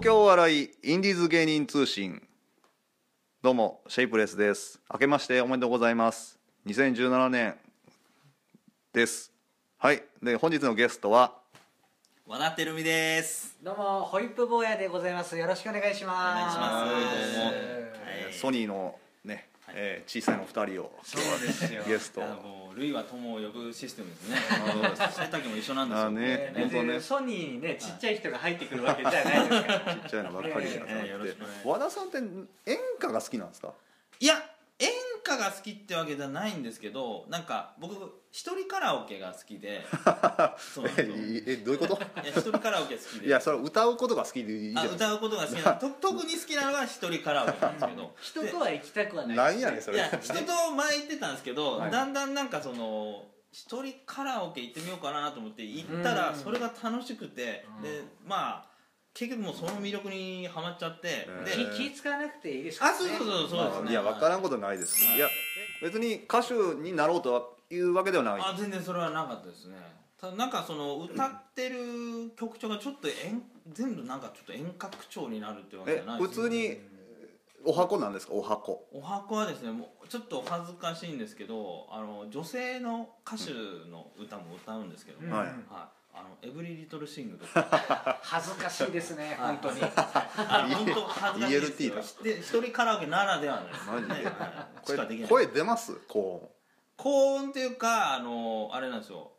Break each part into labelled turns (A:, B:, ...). A: 京笑いインディーズ芸人通信どうもシェイプレスです明けましておめでとうございます2017年ですはいで本日のゲストは
B: わなってるみです
C: どうもホイップ坊やでございますよろしくお願いします
B: お願いします
C: は
B: はい
A: ソニーのね、えー小さいの2人を
B: そうですよ
A: ゲスト
B: いやもう類は友を呼ぶシステムですね
A: そうです
B: 背丈も一緒なんです
A: あー
B: よ
A: ね
C: い
B: え
C: えー別
A: 本当ね
C: にソニーにねちっちゃい人が入ってくるわけじゃないですから
A: ちっちゃいのばっかりじゃなくて、
B: えーよろしくお願いします
A: 和田さんって演歌が好きなんですか
B: いや演歌が好きってわけじゃないんですけどなんか僕一人カラオケが好き でそうなんですよい
A: ええどういうこと
B: や一人カラオケ好きで
A: いやそれ歌うことが好きでいいじゃな
B: あ
A: いですか
B: 歌うことが好きなのと特に好きなのが一人カラオケなんで すけど
C: 人とは行きたくはない
A: なんやねんそ
B: い
A: れ
B: や人と前行ってたんですけ ど、
A: はい
B: だんだんなんかその一人カラオケ行ってみようかなと思って行った
C: う
B: ら
C: ん
B: それが楽しくて、
C: うん
B: でまあ結局もうその魅力にはまっちゃって、
A: うん
B: で
A: えー
C: 気気使わなくていいですから
B: あ
C: ね
B: そうそうそうそうですね、
A: まあいや分からんことないです、
B: はい
A: い、や別に歌手になろうとはいうわけではない
B: あ全然それはなかったですねただなんかその歌ってる曲調がちょっと演全部なんかちょっと演歌口調になるってわけじ
A: え
B: ゃないで
A: 普
B: すね
A: 通にお箱なんですかお箱
B: お箱はですねもうちょっとお恥ずかしいんですけどあの女性の歌手の歌も歌うんですけども、
C: うん
A: はい
B: はい、あのエブリリトルシングとか
C: 恥ずかしいですね
B: はい
C: 本当に
B: あの本当恥ずかしいですよ
A: ELT だ
B: ひて一人カラオケならではのです
A: マジで
B: はい
A: こ
B: しか
A: れ
B: できない
A: 声出ます高
B: 高音っていうかあのあれなんですよ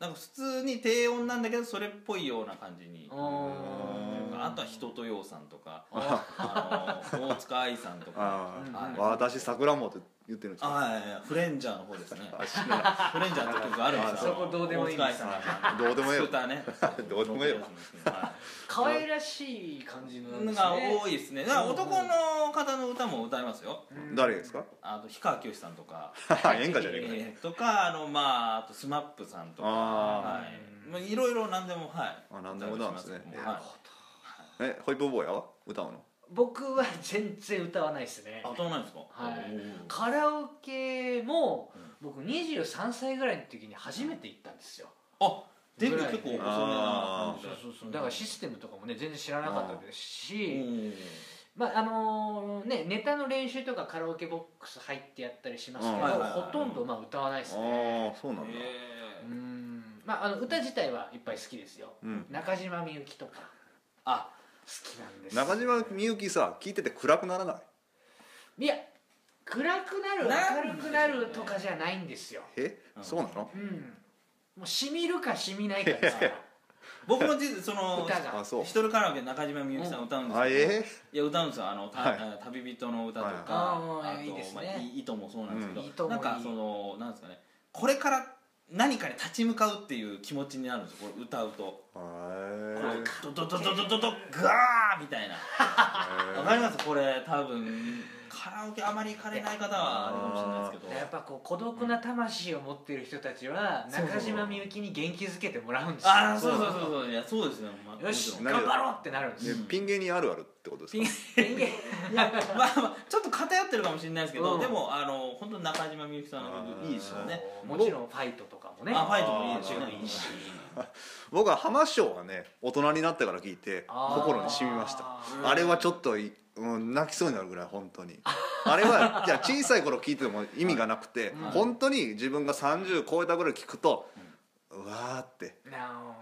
B: なんか普通に低音なんだけどそれっぽいような感じにあとは人とようさんとかあの大塚愛さん
A: 音
B: とか
A: あ
B: あ
A: あ
B: の
A: 私桜もって言ってるんです
B: あ
A: か
B: はいはいはいフレンジャーの方ですね
A: あ知らない
B: フレンジャーって曲があるんですよ
C: そこどうでもいいんです
B: 大塚愛さんが
A: どうでもええ
B: ス
A: よ
B: クーターね
A: どうでもええわ
B: はい
C: 可愛らしい感じの
B: な
C: で
B: ん
C: す
B: か
C: ね
B: 多いですね。だから男の方の歌も歌いますよ。
C: うん
A: 誰ですか
B: あと氷川きよしさんとか、
A: 演歌じゃねえかよ
B: えーとかあのまああとスマップさんとか、
A: あ
B: はい。まあいろいろ何でもはい。
A: あ何でも歌うんですね
B: 歌いし
A: なる
B: ます
A: えホイップ坊やは歌うの
C: 僕は全然歌わないですね
B: けどもはい。あ歌わないんですか。おー
C: はいカラオケも僕23歳ぐらいの時に初めて行ったんですよ
B: あデビュー結構遅めな感じ
C: そう
B: で。
C: そうそうだからシステムとかもね全然知らなかったです
B: お
C: し、
B: ー
C: まああのね、ネタの練習とかカラオケボックス入ってやったりしますけど、
A: うんはい
B: はいはい
C: ほとんどまあ歌わないです
A: あ
C: ね
A: あそうなんだ
B: え
C: う
B: ー
C: んまああの歌自体はいっぱい好きですよ
A: うん
C: 中島みゆきとか
B: あ
C: 好きなんです
A: 中島みゆきさ聞いてて暗くならない
C: いや暗くなる
B: なん
C: 明るくなるとかじゃないんですよ
A: え
B: うん
A: そうなの
C: うんもうしみるかしみないかですから
B: 僕も実はその
C: 歌が
A: あそう
B: 一人カラオケ中島みゆきさん歌うんです
A: あ
B: けど。
A: え
B: いや歌うんですよあの、た
A: はい
B: あ旅人の歌とか、
A: はい
C: あー
B: あと
C: いいですね
B: まあ、いいともそうなんですけど、
C: うんいいとも
B: な
C: い
B: いんかそのなんですかねこれから何かに立ち向かうっていう気持ちになるんですよこれ歌うとこ
A: ー
B: う
A: へ
B: ドドドドドドドガーみたいな
A: ー
B: わかりますこれ多分カラオケあまり行かれない方はあるかもしれないですけ
C: やっ
B: ど
C: ぱこう孤独な魂を持っている人たちは
A: そうそう
C: 中島みゆきに元気づけてもらうんですよ
B: ああそうそうそうそういやそうですね、まあ、
C: よし
A: なる
C: 頑張ろうってなるんです
A: え
C: よ
B: う
A: で
B: ん
A: ピン芸人あるあるってことですか
C: 人間
B: まあまあちょっと偏ってるかもしれないですけど、
C: うん
B: でもあの本当に中島みゆきさんの曲いいですよね
C: もちろんファイトとかもね
B: あファイトもいいです
C: も
B: よ
C: ちろん
B: ね
C: いいし
A: 僕は浜師匠がね大人になってから聞いて
C: あー
A: 心に染みました
B: うん
A: あれはちょっとい、うん、泣きそうになるぐらい本当にあれはいや小さい頃聞いても意味がなくて、
C: うん
A: 本当に自分が30超えたぐらい聞くと、うわーって
C: なあ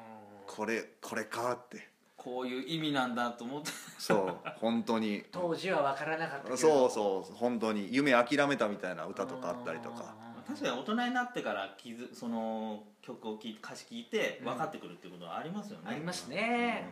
A: これこれかーって
B: こういう意味なんだと思って
A: そう本当に
C: 当時は分からなかったけど
A: そう
C: う
A: そう本当に夢諦めたみたいな歌とかあったりとか
B: 確かに大人になってから気づその曲を聴い歌詞聴いて
C: うん
B: 分かってくるってことはありますよね、
C: ありますね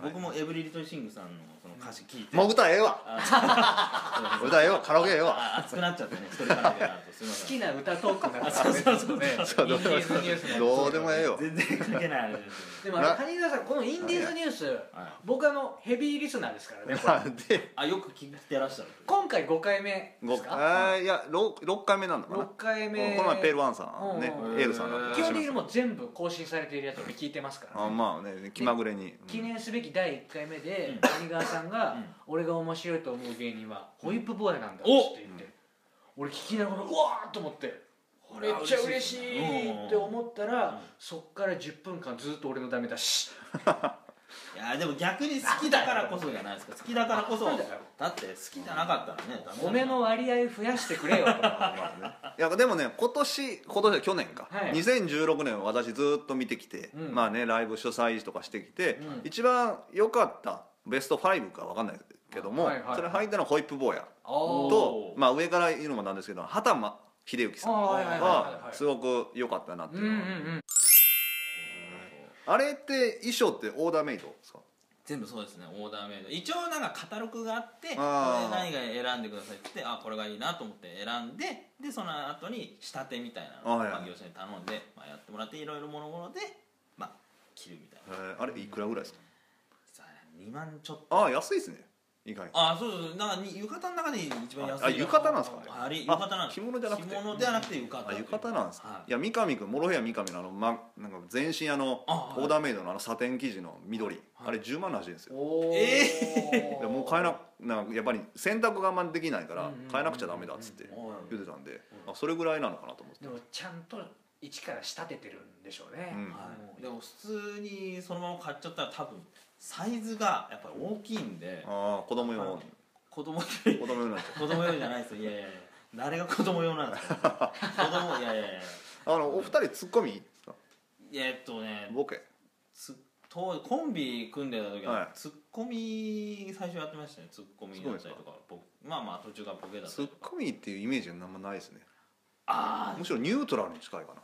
B: うん僕もエブリリトルシングさんのその歌詞聴いて、
A: もう歌ええわ
B: あそう
A: 歌ええわカラオケええわ
B: あ熱くなっちゃってね一人からだとすいま
C: 好
B: せん
C: きな歌トークになったんですよね
A: そうどうでも
C: インディーズニュースの
A: どうでもええよ
B: 全然関係ない話ですよ
C: でもあの谷川さんこのインディーズニュース
B: はい
C: 僕あのヘビーリスナーですからねこれ
A: なんで
B: あよく聴いてらっしゃる
C: 今回5回目で
A: ご
C: すか
A: あーいや 6, 六回目なのかな
C: 6回目
A: この前ペールワンさんね
C: うん
B: うん
A: エールさんの
B: ワン
C: 基
A: 話し
C: 本
A: ま
C: 的
A: し
C: に
A: た
C: もう全部更新されているやつを聞いてますからね
A: あまあね気まぐれに、うん
C: 記念すべき第1回目
B: う
C: で
B: ん
C: 谷川さんが
B: うん
C: 「俺が面白いと思う芸人はホイップ坊やなんだ」って
B: お
C: 言って俺聞きながらうわーっと思ってめっちゃ嬉しいって思った
B: うん
C: らそっから10分間ずっと俺のダメ出し
B: いやでも逆に好きだからこそじゃないですか好きだからこそ
C: なんだよ
B: だって好きじゃなかったらねダメだ
C: 米の割合増やしてくれよと
A: いやでもね今年今年去年か、
C: はい
A: 2016年を私ずっと見てきて、
C: うん
A: まあねライブ主催とかしてきて、
C: うん
A: 一番良かったベスト5か分かんないけども、
C: はいはいはい
A: それ入ったのはホイップ坊や
C: お
A: と
B: お、ー
A: まあ、上から言うのもなんですけど畑間秀之さん
C: はいはいはいはい
A: は
C: はい
A: すごく良かったなって
C: う
A: い
C: ん
A: う
C: うん
A: の
C: う
A: は、
C: ん
A: あれって衣装ってオーダーメイドですか
B: 全部そうですねオーダーメイド一応なんかカタログがあってこれ
A: あー
B: 何が選んでくださいって言ってあこれがいいなと思って選んででその後に仕立てみたいなのを
A: はいはい
B: まあ業者に頼んで、まあ、やってもらっていろいろもろもろで、まあ、着るみたいな
A: えーあれいくらぐらいですか
B: さあ2万ちょっと
A: ああ安いですね意外に
B: あそうそうそうなんかに浴衣の中で一番安い
A: あ浴衣なんですかね
B: あれ浴衣なんです
A: あ着物じゃなくて
B: 着物ではなくて浴衣
A: あ浴衣なんですね、
B: はい
A: い、や三上君モロヘア三上のあの、ま、なんか全身あの
B: あはい
A: オーダーメイドのあのサテン生地の緑、
B: はい
A: あれ10万らしいんですよ、
C: おー
B: え
A: でもう買えななんかやっぱり洗濯があんまりできないから
C: うんうんうん
A: 買えなくちゃダメだっつって
B: おい
A: 言ってたんで、あそれぐらいなのかなと思って
C: でもちゃんと一から仕立ててるんでしょうね、
A: うん
B: はい、でも普通にそのまま買っちゃったら多分サイズがやっぱり大きいんで
A: ああ子供用
B: は
A: の
B: 子供より
A: 子供用なんですよ
B: 子供用じゃないですよいやいやいや誰が子供用なんです か子供いやいやいや
A: あのお二人ツッコミですか
B: いやえっとね
A: ボケ
B: つ当時コンビ組んでた時
A: はい
B: はツッコミ最初やってましたねツッコミだったりとかボまあまあ途中からボケだった
A: ツッ
B: りとか
A: コミっていうイメージがあんまないですね
B: あ
A: むしろニュートラルに近いかな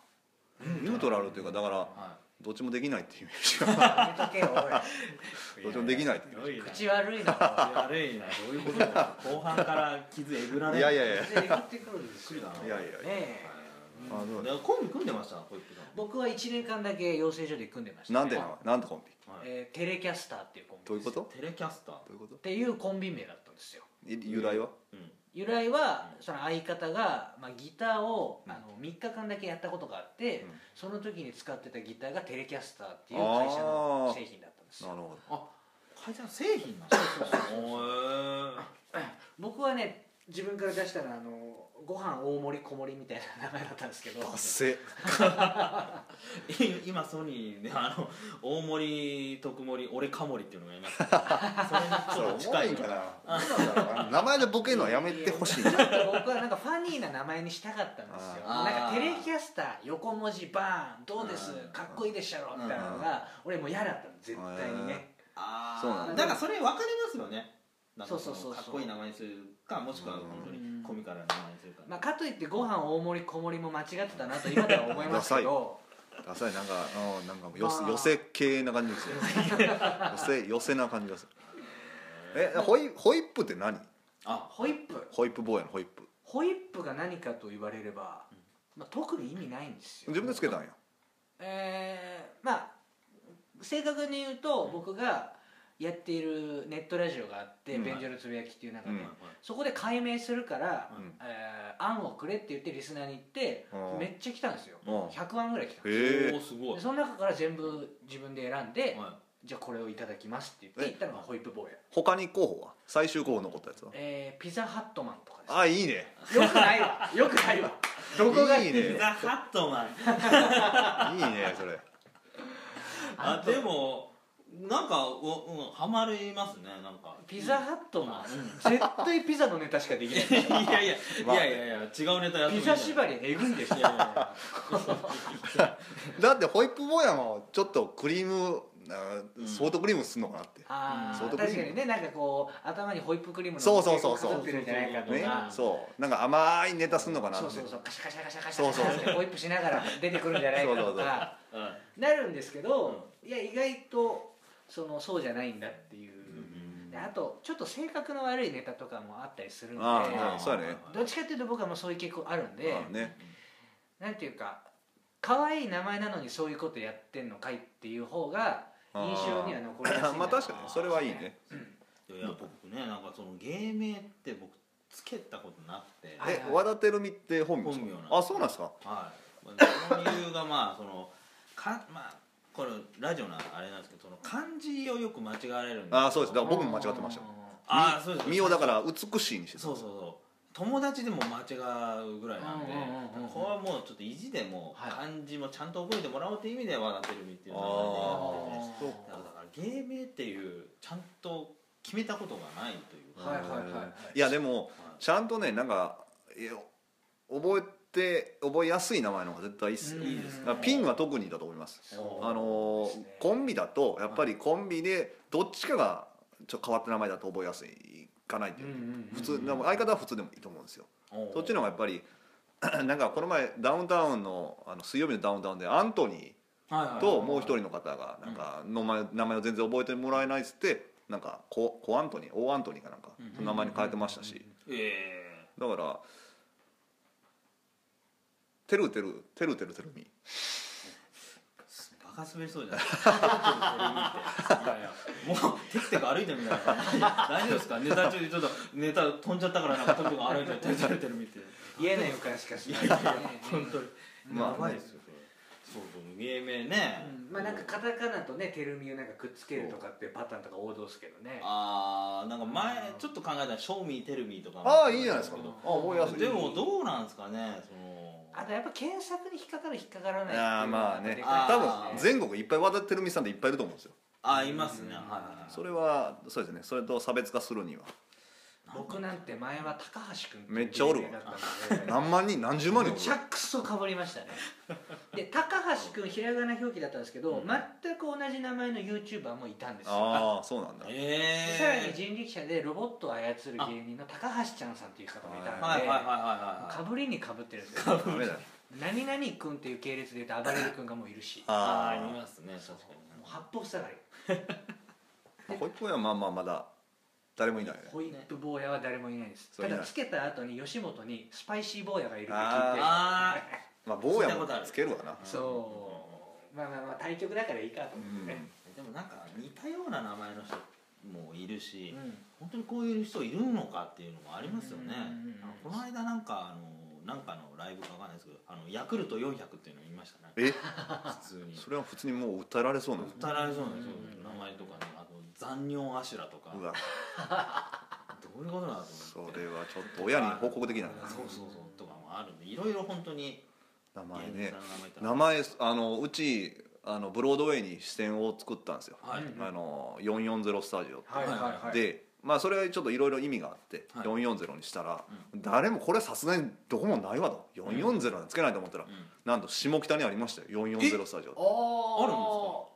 A: ニュートラルというかだから
B: あは
A: どっちもできないっていうイメージが
C: やめとけよおい
B: い
A: どうしようできないって
B: 広いな
C: 口悪いな
B: 悪いなどういうことだ後半から傷えぐられ る
A: いやいやいや
C: 全然えぐってくるんです
B: びっ
C: よ
B: くりだな
A: やいやいや
C: ねえ
A: あ
B: だ
A: の
B: からコンビ組んでました小池さん
C: 僕は1年間だけ養成所で組んでました、
A: なんて名前なんてコンビ
B: はい
C: えーテレキャスターっていうコンビ
A: どういうこと
B: テレキャスター
A: どういうこと
C: っていうコンビ名だったんですよ
A: い由来は
B: うん
C: 由来は
B: う
C: その相方が、まあ、ギターを、
B: うん
C: あの3日間だけやったことがあって、
A: うん
C: その時に使ってたギターがテレキャスターっていう会社の製品だったんです
A: な
C: よ
A: るほど
B: あ会社の製品なんですかおー
C: 僕はね自分から出したらあのご飯大盛り小盛りみたいな名前だったんですけど
A: 達成
B: い今ソニーであの大盛り特盛り俺カモリっていうのがいますけどそれにちょっと近いから
A: などうなんだろうな名前でボケるのはやめてほしい
C: ちょっと僕はなんかファニーな名前にしたかったんですよ
B: あー
C: なんかテレキャスター横文字バーンどうです
B: うん
C: かっこいいでっしゃろみたいなのが俺もう嫌だったの絶対にね
B: あ
A: そうなん
B: あ
A: だ
B: だからそれ分かりますよねなんか
C: そうそうそうそう
B: かっこいい名前にするかもしくは本当
C: うん
B: にコミカルな名前にするか
C: まあ、かといってご飯大盛り小盛りも間違ってたなと今では思いますけど
A: ダサいなんかうんなんかもう寄せ
C: まあ
A: 寄せ系な感じですよ寄せ寄せな感じがするえホイホイップって何
B: あ
C: ホイップ
A: ホイップ坊やのホイップ
C: ホイップが何かと言われれば、まあ、特に意味ないんですよ
A: 自分でつけたんや
C: えーまあ正確に言うと僕がやっているネットラジオがあって
A: う
C: 「
A: ん
C: 便所のつぶやき」っていう中で、
A: うん
C: そこで解明するから、
A: うん
C: えー案をくれって言ってリスナーに言って、
A: うん
C: めっちゃ来たんですよ、
A: うん
C: 100案ぐらい来たんですよ
A: へ
B: お
A: え
B: おすごい
C: でその中から全部自分で選んで、
B: は
C: じゃあこれをいただきますって言って行ったのがホイップ坊や、
A: 他に候補は最終候補残ったやつは
C: えーピザハットマンとかです
A: あいいね
C: よくないわよくないわどこが
A: いい
B: い
A: ね
B: ザ・ハットマン
A: いいねそれ
B: あ
C: あと
B: でもなんかううんハマりますねなんか
C: ピザハットマン、絶対ピザのネタしかできないで し
B: いやいや、
A: まあ
B: いやいやいや違うネタや
C: ょ
B: っても
C: ピ
B: いいじゃ
C: ザ
B: ん
C: 縛りえぐいでしょ
B: いやいや
A: だってホイップ坊やもちょっとクリームあソフトクリームすんのかなって
C: あ
A: ソ
C: ー
A: フトクリー
C: 確
A: ム
C: かにねなんかこう頭にホイップクリームの
A: そうそうそうそう
C: かかってるんじゃないかとか
A: ね
C: そう
A: そうなんか甘いネタすんのかなって
C: そうそうカシャカシャカシャカシ
A: そう
C: ャ
A: そうそう
C: ってホイップしながら出てくるんじゃない
A: そ
C: か
A: う
C: と
A: そう
C: か
B: いやはい
C: なるんですけどいや意外とそのそうじゃないんだっていう
B: うん
C: であとちょっと性格の悪いネタとかもあったりするんで
A: ああうんそうやね
C: どっちかっていうと僕はもうそういう傾向あるんで
A: ああね
C: なんていうか可愛い名前なのにそういうことやってんのかいっていう方が
A: あー
C: 印象には残りやすいな
A: まあ確かにそれはいいね
B: いやいや僕ねなんかその芸名って僕つけたことなくて
C: は
B: はいい
A: え和田照美って本名ですか
B: 本名なんです
A: あそうなんですか
B: まあその理由がまあそのかまあこれラジオのあれなんですけどその漢字をよく間違われるんで
A: あそうですだから僕も間違ってましたもん
C: あ
B: あーそうです
A: み身をだから美しいにしてた
B: そうそうそう友達でも間違うぐらいなんで
C: うんうんうんうん
B: これはもうちょっと意地でも
C: はい
B: 漢字もちゃんと覚えてもらおうっていう意味では「わがテレビ」っていう名前でやっ
A: そ
B: てて
A: う
B: だから芸名っていうちゃんと決めたことがないというか、
C: はいはいはい
A: やでもちゃんとねなんかいや覚えて覚えやすい名前の方が絶対いいっすよ
C: うんいいですね
A: だからピンは特にだと思います
B: そう
A: あのー
C: そうですね
A: コンビだとやっぱりコンビでどっちかがちょっと変わった名前だと覚えやすいかないっていう、普通でも相方は普通でもいいと思うんですよ、
B: おー
A: そっちの方がやっぱり なんかこの前ダウンタウンのあの水曜日のダウンタウンでアントニーともう一人の方がなんか名前名前を全然覚えてもらえないっつってなんかココアントニーオーアントニーかなんか
B: うん
A: その名前に変えてましたし
B: え
A: だから「てるてるてるてるてるみ」
B: ー、バカ滑りそうじゃない ですかもうテクテク歩いてるみたいな感じ大丈夫ですかネタ中でちょっとネタ飛んじゃったからなんかトントン歩いてるテクテク歩いてるみたいな
C: 言えない予感しかし
B: い
C: な
B: や
C: い
B: いやいや本当に
A: まあ
B: やばいですよそれそうそう芸名ね
C: うんまあなんかカタカナとねテルミをなんかくっつけるとかっていうパターンとか王道ですけどね
B: あーなんか前ちょっと考えたら「ショーミーテルミー」とかも
A: ああいいじゃないですか
B: けど
A: あ覚えやすい
B: でもどうなんですかねその
C: あとやっぱ検索に引っかかる引っかからないっていう
A: あ
C: のが
A: あまあね
C: でかい
A: 多
B: あー
A: 分全国いっぱい渡ってるみさんっていっぱいいると思うんですよ
B: あいますね
C: う
B: は
C: ん
B: いはいはい
A: それはそうですねそれと差別化するには
C: 僕なんて前は高橋君
A: めっちゃおるわ何万人何十万人
C: めちゃくそかぶりましたねで高橋君ひらがな表記だったんですけど、
A: うん
C: 全く同じ名前の YouTuber もいたんですよ
A: ああそうなんだ
C: で
B: ええ
C: さらに人力車でロボットを操る芸人の高橋ちゃんさんっていう方もいたの
B: はい
C: で、
B: はいはいはい
C: か
B: はい
C: ぶりにかぶってるんですよ
A: ダメだよ
C: 何々君っていう系列で言うと暴れる君がもういる しも
B: あ
A: あ
B: ーい
A: あ
B: ますね確か
C: う八方塞がり
A: まあホイップ坊やはまあまあまだ誰もいないね
C: ホイップ坊やは誰もいないです
A: そう
C: た
A: いない
C: だつけた後に吉本にスパイシー坊やがいるって
A: あ
C: 聞い
A: ー
C: て
B: あ
A: まあ坊や
B: 聞いた
A: も
B: ことある
A: つけるわな
C: そうまあまあまあ対局だからいいかと
A: う
C: 思ってね
A: ん
B: ーでもなんか似たような名前の人もいるし、
C: うん
B: 本当にこういう人いるのかっていうのもありますよね、
C: う
B: あの
C: んうんうん
B: この間なんかあのなんかのライブかわかんないですけどあのヤクルト400っていうの見ましたね
A: え
B: 普通に
A: それは普通にもう訴えられそうなんです
B: 歌えられそうなんですよ
C: うん
B: 名前とかねあと残尿アシュラとか
A: うわ
B: どういうことなのと
A: そ
B: 思って
A: れはちょっと親に報告できないな
B: そうそうそうとかもあるんでいろいろ本当に
A: 名
B: 芸
A: 前
B: 人
A: ね
B: さんの名前ってあ
A: 名前あ
B: る
A: のうちあのブロードウェイに支店を作ったんですよ
B: はい
C: うん
A: あの440スタジオって
C: はいはいはい
A: でまあそれはちょっといろいろ意味があって、
B: はい
A: 440にしたら、誰もこれさすがにどこもないわと440なんてつけないと思ったら、
B: うん
A: なんと下北にありましたよ440スタジオ
C: お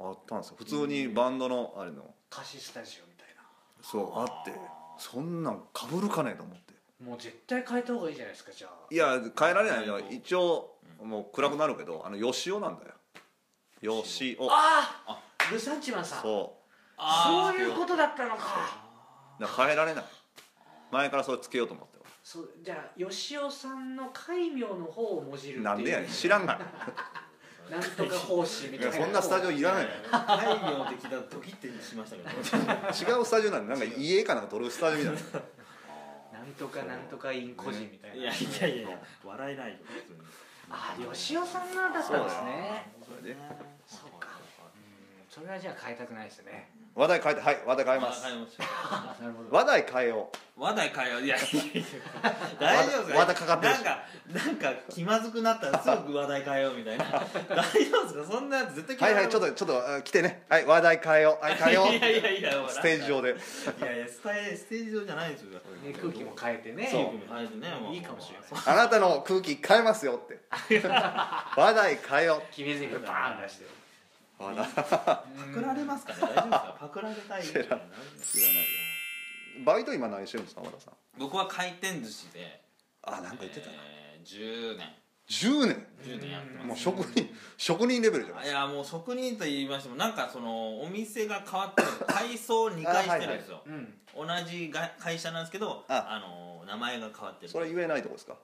C: ー
B: あるんで
A: あったんですよ普通にバンドのあれの
C: 歌詞スタジオみたい
A: そうあってそんなんかぶるかねえと思って
C: なもう絶対変えた方がいいじゃないですかじゃあ
A: いや変えられないのは一応もう暗くなるけどあの吉尾なんだよ吉尾
C: ああルサンチマンさん
A: そ
C: そういう
B: と
C: ことだったのか
A: うだから変えられない前からそれつけようと思って
C: そうじゃあ吉尾さんの戒名の方をもじるっていう
A: なんでやねん知らんがな
C: なんとか奉仕み
A: いい
C: たい
A: や
C: な
A: そんなスタジオいらないよ
B: 大名的だドキッてしました けど
A: 違うスタジオなんでなんか家かなんか撮るスタジオみたいな
C: なんとかなんとかイン個人みたいな、
B: いやいやいやいや笑えないよ普通に
C: ああ吉尾さんのだったんですね
A: それで
C: そうかうんそれはじゃあ変えたくないですね
A: 話題変えてはい話題変えます
B: 変えます
C: なるほど
A: 話題変えよ
B: 話題変えよういやいやいや大丈夫ですか
A: 話題かかってるし
B: なんかなんか気まずくなったらすぐ話題変えようみたいな大丈夫ですかそんな絶対
A: うはいはいちょっとちょっとあ来てねはい話題変えようはい変えよ
B: いやいやいや
A: うステージ上で
B: いやいやスタイステージ上じゃないですよ
C: ね、空気も変えてね
B: そう空気も変えてね
C: いいかもしれない
A: あなたの空気変えますよって 話題変えよ
C: 決めずにバーン出して
A: う話題
B: パクられますかね大丈夫ですかパクられたいみたい
A: 知
B: な
A: らないよバイト今何してるんですか和田さん
B: 僕は回転寿司で
A: あなんか言ってたな
B: えー10年
A: 10年
B: 10年やってます
A: もう職人 職人レベルじゃない
B: いやもう職人と言いましてもなんかそのお店が変わ ってる改装2回してるんですよ
C: うん
B: 同じが会社なんですけど
A: あ
B: あの名前が変わってる
A: それ言えないとこですか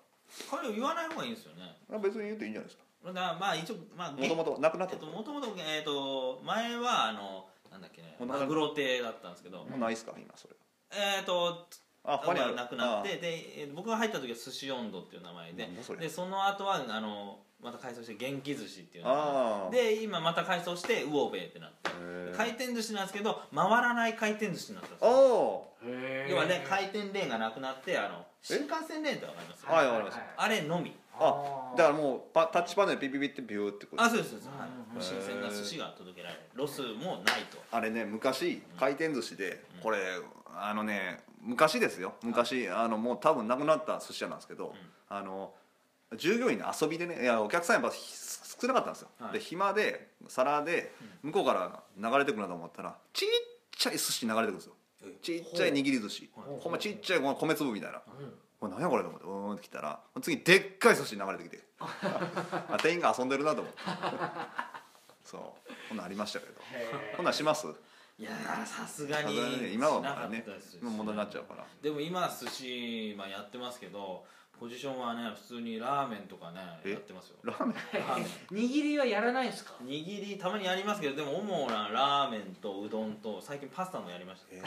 B: これを言わない方がいいんですよね
A: あ別に言っていいんじゃないですか
B: だからまあ一応まあ
A: もともとなくなっ
B: え
A: た
B: っ
A: と
B: と
A: こ
B: もともとえっと前はあのなんだっけね
A: 元々
B: マグロ亭だったんですけど
A: もうないですか今それ
B: えっと
A: あ他にある
B: なくなってでえー僕が入った時は寿司温度っていう名前で
A: なんだそれ
B: でその後はあのまた改装して元気寿司っていうのが
A: ああ
B: で今また改装してウオベってなって
A: へー
B: 回転寿司なんですけど回らない回転寿司になったんです
A: お
B: よ
A: お
C: へえ
B: 要はね回転レーンがなくなってあの新幹線レーンってわかります
A: はいわかりました
B: あれのみ
A: あだからもうパタッチパネルピピピってビューってこと
B: あそうですそうです、はい
C: うん
B: もう新鮮な寿司が届けられるロスもないと
A: あれね昔回転寿司でこれあのね昔ですよ昔あのもう多分なくなった寿司屋なんですけど、あの従業員の遊びでねいやお客さんやっぱひ少なかったんですよ、
B: はい
A: で暇で皿で向こうから流れてくるなと思ったらちっちゃい寿司流れてくるんですよちっちゃい握り寿司
C: ほう
A: ほんまちっちゃいこの米粒みたいな
C: うん
A: これ何やこれと思ってうーんって来たら次でっかい寿司流れてきてあ店員が遊んでるなと思ってそうこんなんありましたけど
C: へえ
A: こんなんします
B: いやーさすが
A: さ
B: に
A: すがにね今はまだ
B: しな
A: ね
B: かったです
A: 今問題になっちゃうから
B: でも今寿司、まあ、やってますけどポジションはね普通にラーメンとかね
A: え
B: やってますよ
A: ラーメン
B: ラーメ ン
C: 握りはやらないんですか
B: 握りたまにやりますけどでも主なラーメンとうどんと最近パスタもやりました、
A: え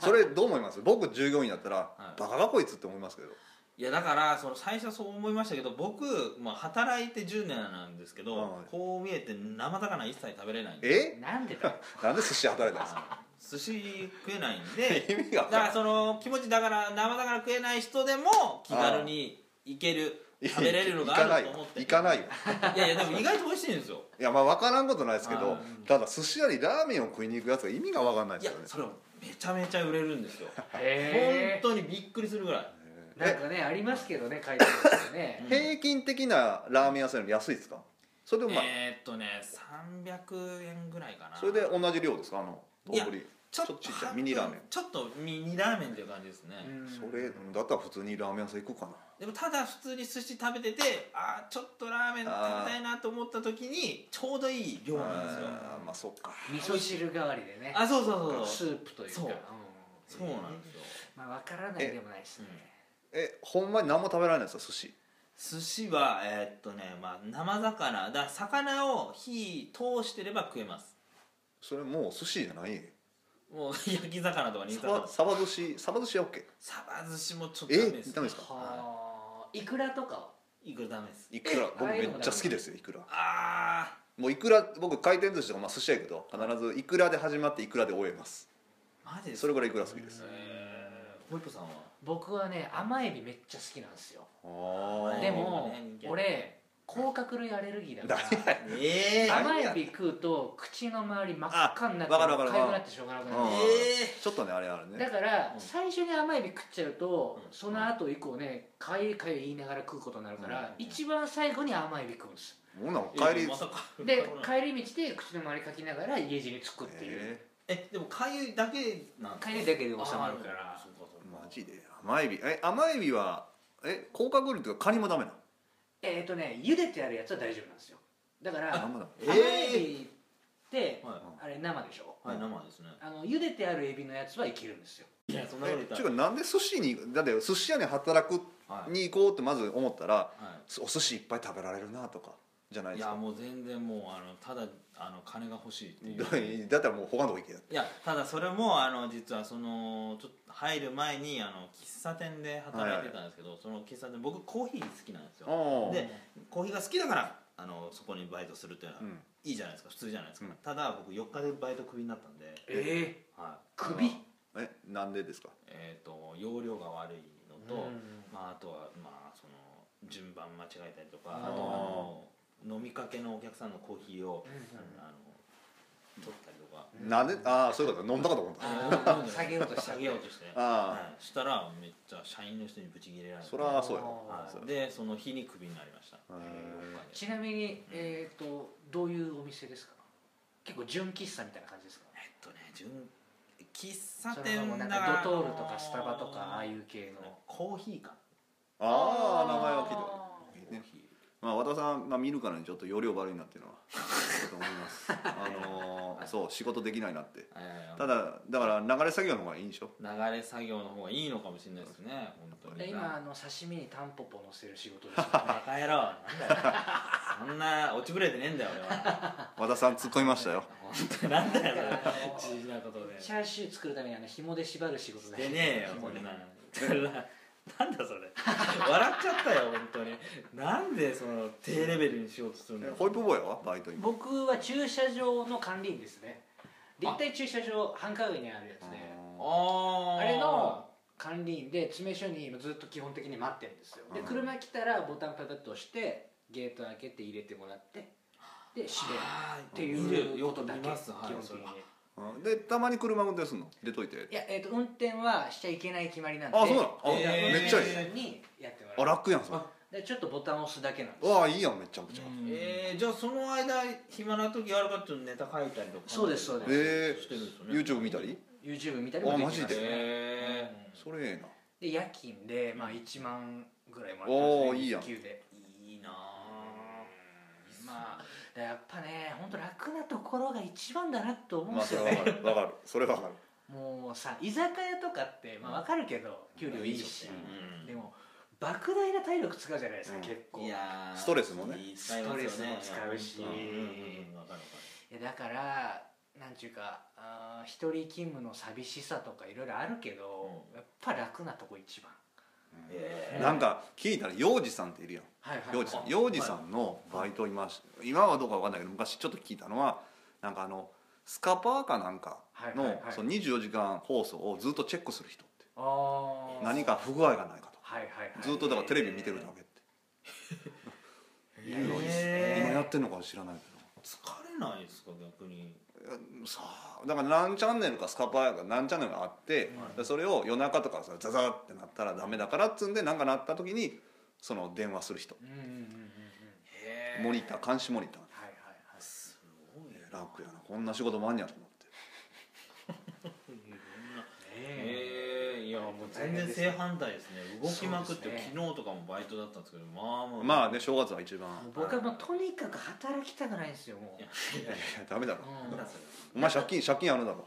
A: それどう思います僕従業員だったら、
B: はい
A: バカがこいつって思いますけど
B: いやだからその最初はそう思いましたけど僕、まあ、働いて10年なんですけど、
A: はい
B: こう見えて生魚一切食べれないんで
A: え
C: なんでだよ
A: なんで寿司働いたんですか
B: 寿司食えないん で
A: 意味が分
B: だか
A: から
B: らその気持ちだから生魚食えない人でも気軽に行ける食べれるのがあると思って
A: 行かないよ行かないよ
B: いやいやでも意外と美味しいんですよ
A: いやまあ分からんことないですけ
B: う
A: どただ寿司屋にラーメンを食いに行くやつが意味が分かんない
B: い
A: で
B: や
A: すよね
B: それめちゃめちゃ売れるんですよ本
C: へ
B: 当にびっくりするぐらい
C: えなんかねありますけどね回転寿司ね
A: 平均的なラーメン屋さんより安いですかそれでもまあ、
B: えー、っとね300円ぐらいかな
A: それで同じ量ですかあの
B: いや
A: 丼
B: ちょっと
A: ちっちゃいミニラーメン
B: ちょっとミニラーメンっていう感じですね、
C: うん
A: それだったら普通にラーメン屋さん行こうかな
B: でもただ普通に寿司食べててあーちょっとラーメン食べたいなと思った時にちょうどいい量なんですよ
A: あーまあそっか
C: 味噌汁代わりでね
B: あそうそうそう
C: ス
B: そう
C: ープというか
B: そうんそうなんですよ
C: まあわからないでもないですね
A: えほんまに何も食べられないんですか寿司
B: 寿司はえーっとね、まあ、生魚だから魚を火通してれば食えます
A: それもう寿司じゃない
B: もう 焼き魚とか煮
A: サ
B: 魚
A: バ
B: とか
A: サバ寿司サバ寿司は OK
B: サバ寿司もちょっと
A: え
B: ダメです、
A: ダメですか
B: は
C: はあいくらとか
B: いいくらダメです
A: いくら
C: え
A: 僕めっちゃ好きですよいくら
B: あ
A: もういくら僕回転寿司とかまあ寿司やけど必ずいくらで始まっていくらで終えます
B: ーマジです
A: それぐらいいくら好きです
B: えーホイップさんは
C: 僕はね甘エビめっちゃ好きなんですよ
A: あ
B: ー
C: でも
B: 甘エビね人間
C: 俺甲殻類アレルギーだか
A: だ
C: ら
B: ええー、
C: 甘エビ食うと口の周り真っ赤になって
A: あわかるわかる
C: かゆくなってしょうがなくなる
A: うん
B: え
A: ちょっとねあれある
C: だ
A: ね
C: から
B: うん
C: 最初に甘エビ食っちゃうと
B: うん
C: その後以降ねかゆいかゆい言いながら食うことになるから
B: うん
C: 一番最後に甘エビ食うんです
A: もうなん
B: ー、
A: か帰り
B: えまさか
C: で帰り道で口の周りかきながら家路に着くっていう
A: え
B: えでもかゆいだけなん
C: 帰りだけで収まるから
B: あーそうかそうか
A: マジで甘エビえ甘エビはえ甲殻類とかカニもダメなの
C: えっとね茹でてあるやつは大丈夫なんですよだから
A: あ
C: 甘
B: えー
C: エビって
B: はい
C: あれ生でしょ
B: はい、生ですね
C: あの茹でてあるエビのやつはいけるんですよ
B: いやそんなこと
A: え
B: 言った
A: ち
B: ら
A: ゅうかなんで寿司にだって寿司屋に働く
B: はい、
A: に行こうってまず思ったら
B: は
A: お寿司いっぱい食べられるなとかじゃない
B: い、い
A: です
B: や
A: か
B: もう全然もうあのただあの金が欲しいって いう
A: だったらもう他のとこ行けや
B: いやただそれもあの実はそのちょっと入る前にあの喫茶店で働いてたんですけど、その喫茶店僕コーヒー好きなんですよ
A: あ
B: でコーヒーが好きだからあのそこにバイトするっていうのは、
A: うん
B: いいじゃないですか普通じゃないですか、
A: うん
B: ただ僕4日でバイトクビになったんで、
C: ええ
B: は
C: 首
B: 首
A: えなんでですか
B: い、えっ、と容量が悪いのと、
C: うん
B: まあ、あとはまあその順番間違えたりとかあ
C: あー
B: とあの飲みかけのお客さんのコーヒーを、
C: うんうん
B: あの取ったりとか
A: なんでああそういうこと飲んだかと思った
C: あー下げようとしち
B: 下
C: ゃっ
B: げよ
C: て
B: うとして、
A: あ
B: はい、したらめっちゃ社員の人にブチギレ
A: あ
B: られて
A: そらそうや
C: あー
B: は
A: そ
B: い、
A: ら
B: でその日にクビになりました、
A: へー
C: ちなみにえっとどういうお店ですか結構純喫茶みたいな感じですか
B: えっとね純喫茶
C: それ
B: 店
C: はもうな
B: だ
C: ん
B: から
C: かドトールとかスタバとかああいう系の
B: コーヒーか
A: ああ名前は聞いたこと
C: あ
A: ある
B: コ
A: いい
B: ー
A: ね
B: ヒー
A: まあ和田さんが見るからにちょっと容量悪いなっていうのはちょっと思い ますあのーそう仕事できないなって
B: えー
A: ただだから流れ作業の方がいいんでしょ
B: 流れ作業の方がいいのかもしれないですね本当
C: ー
B: に
C: 今あの刺身にタンポポ乗せる仕事ですよ
B: バ
C: ね
B: カ野郎なんだよそんな落ちぶれてねえんだよ俺は
A: 和田さん突っ込みましたよ
B: 本当なんだよ
C: だからあの
B: それ大事なことで
C: チャーシュー作るためにあの紐で縛る仕事だ
B: でねえよ
C: 紐
B: こ
C: で
B: んななんだそれ笑っちゃったよ本当になんでその低レベルにしようとするんだ
A: え
B: よ
A: ホイップ坊やはバイト今
C: 僕は駐車場の管理員ですね立体駐車場繁華街にあるやつで
B: あ
C: あ
B: ー
C: れの管理員で詰め所に今ずっと基本的に待ってるんですよで
A: うん
C: 車来たらボタンパタッと押してゲート開けて入れてもらってで閉める
B: あー
C: っていうことだけ
B: 見
C: 基
B: ま
C: 本
B: すはい
C: 的に
A: うんでたまに車運転すんの出といて
C: いや、えー、と運転はしちゃいけない決まりなんで
A: あそうなのあ
B: えー
A: めっちゃいい
C: 運転にやってもら
A: あ
C: う
A: 楽やんそれ
B: あ
C: でちょっとボタンを押すだけなんです
A: ああいいやんめちゃくちゃ
B: うんえー、じゃあその間暇な時あるかっていうとネタ書いたりとか
C: そうですそうです
A: え
B: してるんですよね
A: YouTube 見たり
C: YouTube 見たりもできます
A: あマジで
B: え
C: うん
A: それえ
C: で夜勤で、まあ、1万ぐらいもら
A: お
C: っ
A: ー
C: て
A: いいやん
C: 時給で
B: ー、いいな
C: うんまあやっぱね本当楽なところが一番だなと
A: えな
C: 思うん
A: まあ
C: で
A: そ
C: す
A: れ
C: よ
A: はわかる わ
C: ね
A: かるそれはわかる
C: もうさ居酒屋とかって、まあ、分かるけど給料いいし、
B: うん
C: でも莫大な体力使うじゃないですか、
A: うん
C: 結構
B: いやー
A: ストレスもね
B: いい使いますよね
C: ストレスも使うし
B: いや本当うんうんわかるわか
C: いやだからなんちゅうかあー一人勤務の寂しさとかいろいろあるけど、やっぱ楽なとこ一番
B: るえ
A: なんか聞いたら幼児さんっているやん
C: はいはい、
A: 幼児さん幼児さんのバイト今し今はどうかわかんないけど昔ちょっと聞いたのはなんかあのスカパーかなんか
C: はいは
A: の
C: いはい
A: その24時間放送をずっとチェックする人って
C: あー
A: 何か不具合がないか
C: はいはいはい
A: とずっとだからテレビ見てるだけって
C: い
A: いうのを
C: い
A: 今
C: いっすね
A: やってんのか知らないけ
B: 疲れないですか逆に
A: どさあだから何チャンネルかスカパーが何チャンネルがあってでそれを夜中とかさザザーってなったらダメだからっつうんで何かなった時にその電話する人
C: うんうんうんうんうん
B: へ
A: モニター監視モニター
C: はいはいはい
B: すごい
A: えー楽やなこんな仕事もあんねやと思って
C: ねえ
B: えー、いやもう全然正反対ですね動きまくって、
C: そうですね
B: 昨日とかもバイトだったんですけどまあもう
A: まあね正月は一番
C: もう僕はもうとにかく働きたくないんですよも
B: いや
C: う
A: いやいやダメだろ
B: な んだ
C: う
B: それ
A: お前借金借金あるだろ
C: ん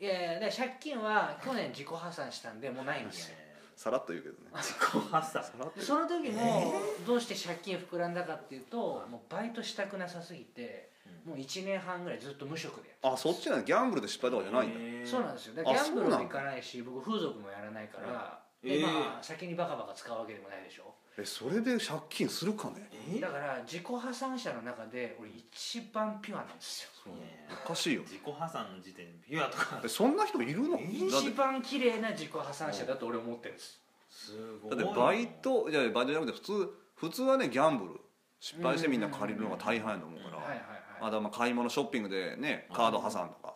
C: いやいやだから借金は去年自己破産したんでもうないんですよ
A: さらっと言うけどね
B: 自己破産
A: さらっと
C: で
A: 言う
C: その時もどうして借金膨らんだかっていうともうバイトしたくなさすぎてもう1年半ぐらいずっと無職でやって
A: あそっちなのギャンブルで失敗とかじゃないんだ
C: そうなん
B: で
C: ですよだからギ
A: あ
C: ャンブル
A: そうな
C: も
A: んだ
C: 行かないし僕風俗もやらないから
B: うん
C: で
B: ええ
C: まあ先にバカバカ使うわけでもないでしょ
A: えそれで借金するかね
B: え
C: だから自己破産者の中で俺一番ピュアなんですよ
A: そう
B: いや
A: おかしいよ
B: 自己破産の時点でピュアとか
A: えそんな人いるのだっ
C: 一
A: て
C: 番綺麗な自己破産者だと俺思ってるんです
B: すご
A: だ
B: い
A: ってバイトじゃバイトじゃなくて普通普通はねギャンブル失敗してみんな借りるのが大半やと思うか
B: う
A: ら、
B: ん
C: はいはい
A: あ
C: はい
A: とはまあ買い物ショッピングでねカード挟んとか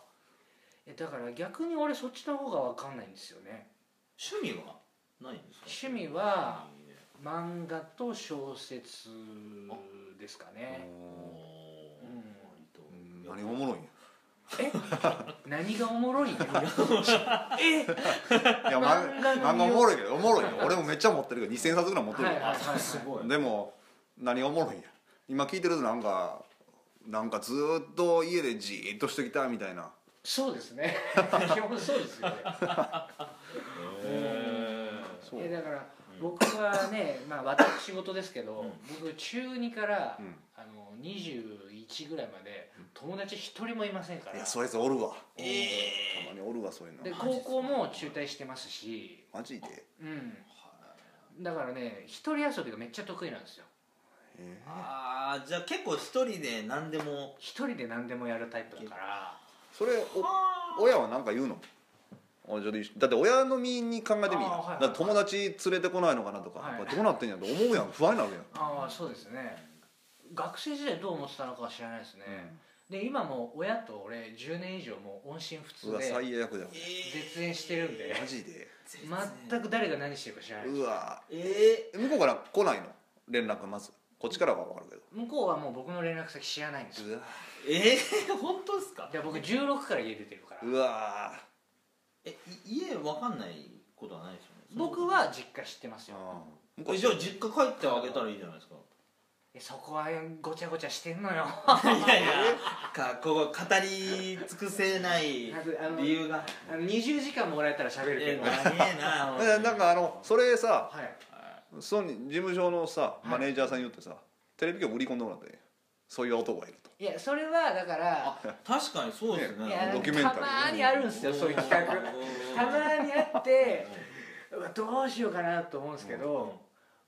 C: えだから逆に俺そっちの方が分かんないんですよね
B: 趣味はないんですか
C: 趣味は
B: うん
C: 漫画と小説ですか
A: お
C: ね
B: おー
C: うん
B: 割と
A: ー何がおもろいん
C: え何がおも ろいんやえ
A: やいや漫
C: 漫画の
A: 画漫画おもろいけどおもろいよ俺もめっちゃ持ってるけど2000冊ぐらい持ってるよ、
C: はいはいはい
B: すごい
A: でも何がおもろいんや今聞いてるとなんかなんかずーっと家でじーっとしてきたみたいな
C: そうですね基本そうですよね
B: へー
A: そう
C: えだから僕はね、まあ、私事ですけど、
B: うん
C: 僕中2から、
A: うん
C: あの21ぐらいまで友達一人もいませんから
A: いやそういうやつおるわ
B: え
A: たまにおるわそういう
C: で
A: の
B: マジっす
C: 高
B: か
C: 校も中退してますし、
A: マジで
C: うん、だからね一人遊びがめっちゃ得意なんですよ
A: えー
B: あーじゃあ結構一人で何でも
C: 一人で何でもやるタイプだから
A: それお親は何か言うのあちょっと一緒だって親の身に考えてみる
C: あーはいはい
A: だって友達連れてこないのかなとか、
C: はい
A: これどうなってんやと思うやん不安になるやん
C: ああそうですね学生時代どう思ってたのかは知らないですね、で今もう親と俺10年以上もう音信不
A: う
C: 通
A: わ
C: で
A: 最悪だよ
C: 絶縁してるんで
A: マジで
C: 全く誰が何してるか知らないです
A: うわ
B: え
A: 向こうから来ないの連絡まずこっちからは分かるけ
C: 向こうはもう僕の連絡先知らないんですよ
A: どうわ
B: ー、えー、本当ですか
C: で僕16から家出てるから
A: うわ
B: えい家わかんないことはないですよね
C: 僕は実家知ってますよ
A: 向こう
B: えじゃあ実家帰ってあげたらいいじゃないですか
C: えそこはごちゃごちゃしてんのよ
B: いやいやかここ語り尽くせない
C: まずあの
B: 理由が
C: あの20時間もらえたら喋るけ
B: え
C: ど
B: な
C: はい
B: えなほと
A: えなんかあのそれさ
B: は
A: その事務所のさ
C: い
A: マネージャーさんに言ってさ、テレビ局売り込んでもらってそういう男がいると
C: いやそれはだから
B: い確かにそうですね
C: いや
A: ドキュメンタリー
C: たまにあるんですよそういう企画たまにあってうわどうしようかなと思うんですけど、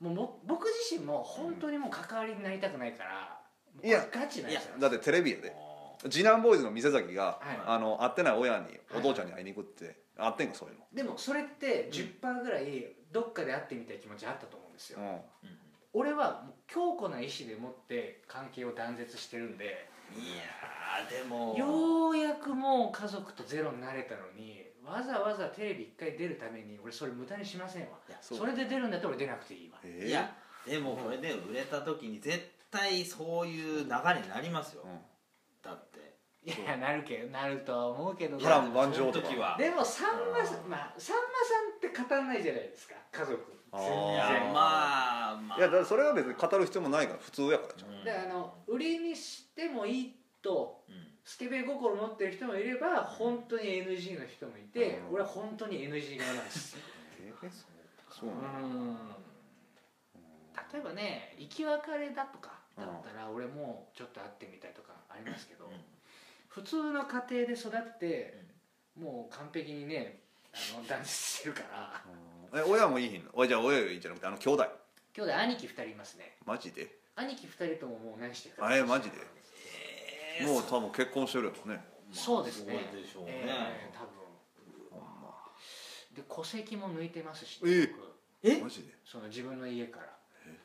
C: もうぼ僕自身も本当にもう関わりになりたくないから、もう
A: いや
C: ガチなやつなん
A: だっ
C: で
A: て
C: す
A: テレビやで次男ボーイズの店崎が、
C: はい
A: あの会ってない親にお父ちゃんに会いに行くって、会ってんかそういうの
C: でもそれって10%ぐらいどっかで会ってみたい気持ちあったと思うんですよ、
A: う
C: 俺はもう強固な意志でもって関係を断絶してるんで
B: いやーでも
C: ようやくもう家族とゼロになれたのにわざわざテレビ一回出るために俺それ無駄にしませんわ
B: いや
C: そ
A: そう
C: れで出るんだったら俺出なくていいわ
A: え
B: いやでもこれで売れた時に絶対そういう流れになりますよ、
A: うん
B: だって
C: いやなるけどなるとは思うけど
A: 波乱
C: で
A: 万丈と
B: その時
A: か
B: は
C: もさんまさ
B: うん
C: んまあさんまさんって語らないじゃないですか家族
A: あ
C: 全
A: ー
B: いや
C: 然
B: まあまあ
A: いやだからそれは別に語る必要もないから普通やからじゃん
B: うん
C: だからあの売りにしてもいいと
B: うん
C: スケベ心持ってる人もいれば本当に NG の人もいて、
A: うん
C: 俺は本当に NG 側なんです
A: えーそうなの
C: うん例えばね生き別れだとかだったら俺もちょっと会ってみたいとかありますけど、普通の家庭で育ってもう完璧にねあの断絶してるから
A: え親もいいひんのおいじゃあ親よりいいんじゃなくてあの兄弟
C: 兄弟兄貴2人いますね
A: マジで
C: 兄貴2人とももう何してる
A: あえマジで
B: えー
A: もう
B: そ
A: 多分結婚してるやろね
C: そうですね
B: そうでしょうね
C: えー多分で戸籍も抜いてますし、
A: えー
C: 僕
B: え
A: マジで
C: その自分の家から
A: え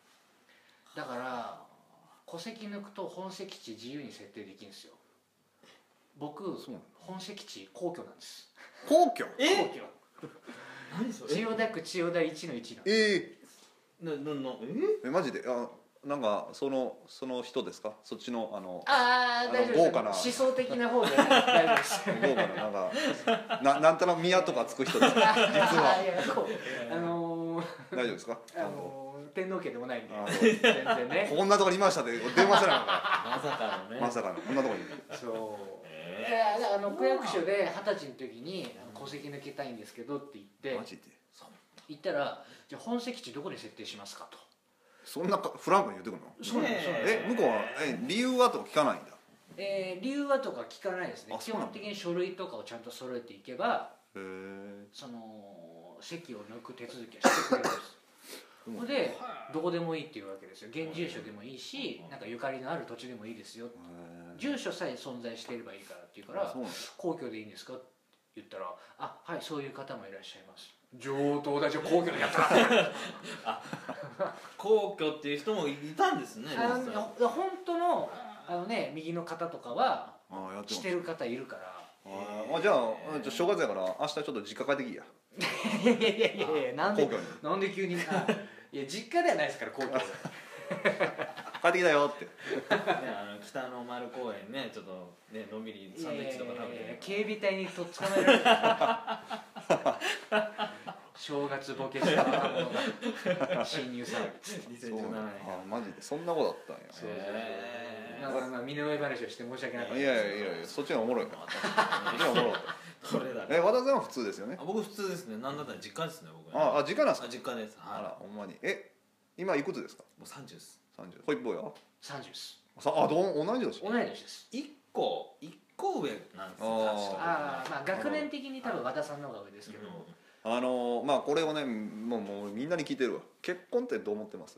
C: だから戸籍抜くと本籍地自由に設定できるんですよ僕
A: そうなの
C: 本籍地皇居なんです
A: 皇居
B: え
C: 皇居
B: 何そ
C: 千
B: れ
C: 代田区千代田1の1なんです
A: え
B: えなななえ
A: ーえマジであなんかそのその人ですかそっちのあのあ
C: ああ
A: の
C: 大丈
A: 豪華
C: 夫
A: な
C: です思想的な方じゃないです大丈夫です
A: 豪華ななんかななんとなく宮とかつく人ですか 実
C: あい
A: は
C: やこう あのー
A: 大丈夫ですかち
C: あ
A: ゃんと
C: のー天皇家でもないんで
A: あー
C: 全然ね
A: こんなとこにいましたって電話せなか
B: まさかの
A: ら
B: ね
A: まさかのこんなとこに
C: そうい
B: え
C: やだからあの区役所で二十歳の時にあの戸籍抜けたいんですけどって言って
A: マジで
C: 行ったら「じゃあ本籍地どこで設定しますか?」と
A: そんなかフランクに言ってくるの
C: そうなんですそうなんです
A: え向こうはえ理由はとか聞かないんだ
C: えー理由はとか聞かないですね
A: あ
C: 基
A: そうなん
C: 本
A: だ
C: 的に書類とかをちゃんと揃えていけば
A: へえ
C: その籍を抜く手続きはしてくれるんです
A: うん
C: ほんで
B: はい
C: どこでもいいっていうわけですよ現住所でもいいし
B: うん
C: なんかゆかりのある土地でもいいですよ住所さえ存在していればいいからっていうか
A: あ
C: ら
A: そうなんだ
C: 皇居でいいんですか?」って言ったら「あはいそういう方もいらっしゃいます」上等だし皇居でやったら
B: 皇居っていう人もいたんですね
C: あ
B: 実際
C: の本当のあのね右の方とかは
A: あやって
C: し
A: ます
C: てる方いるから
A: あーあじゃああじゃあ正月やから明日ちょっと実家帰ってきいや
C: いやいやいやいやなんで
A: 皇居に
C: なんで 急にあいや実家ではないですから皇居
A: 帰ってきたよって
B: ねあの北の丸公園ねちょっとねのんびりサンドイッチとか食べ
C: いやいやいや
B: て
C: 警備隊にとっ捕まえられる 正月ボケした若者が侵入される
A: そう
B: 2017
A: な
B: 年
A: んあマジでそんなことだっ
B: そう
C: えーなんかまあ身の上話をして申し訳なか
A: た
C: っ
A: ん
C: た
A: やいやいやいやいやそっちの方がおもろいからそっちの方がおもろかった
B: それだ
A: え
B: ね
A: 和田さんは普通ですよね
B: あ僕普通ですねなんだったら実家ですね僕ね
A: ああ実家なんです
B: あ
A: か
B: 実家です
A: あら
B: は
A: ほんまにえ今いくつですか
B: いもう30です
A: 三十ホイップや
C: 30です
A: さあどう同い年
C: 同い年です
B: 1個1個上なんですよ
A: あー
B: 確か
C: ああまあ学年的に多分和田さんの方が上ですけど、
A: あのーまあこれをねもうもうみんなに聞いてるわ結婚ってどう思ってます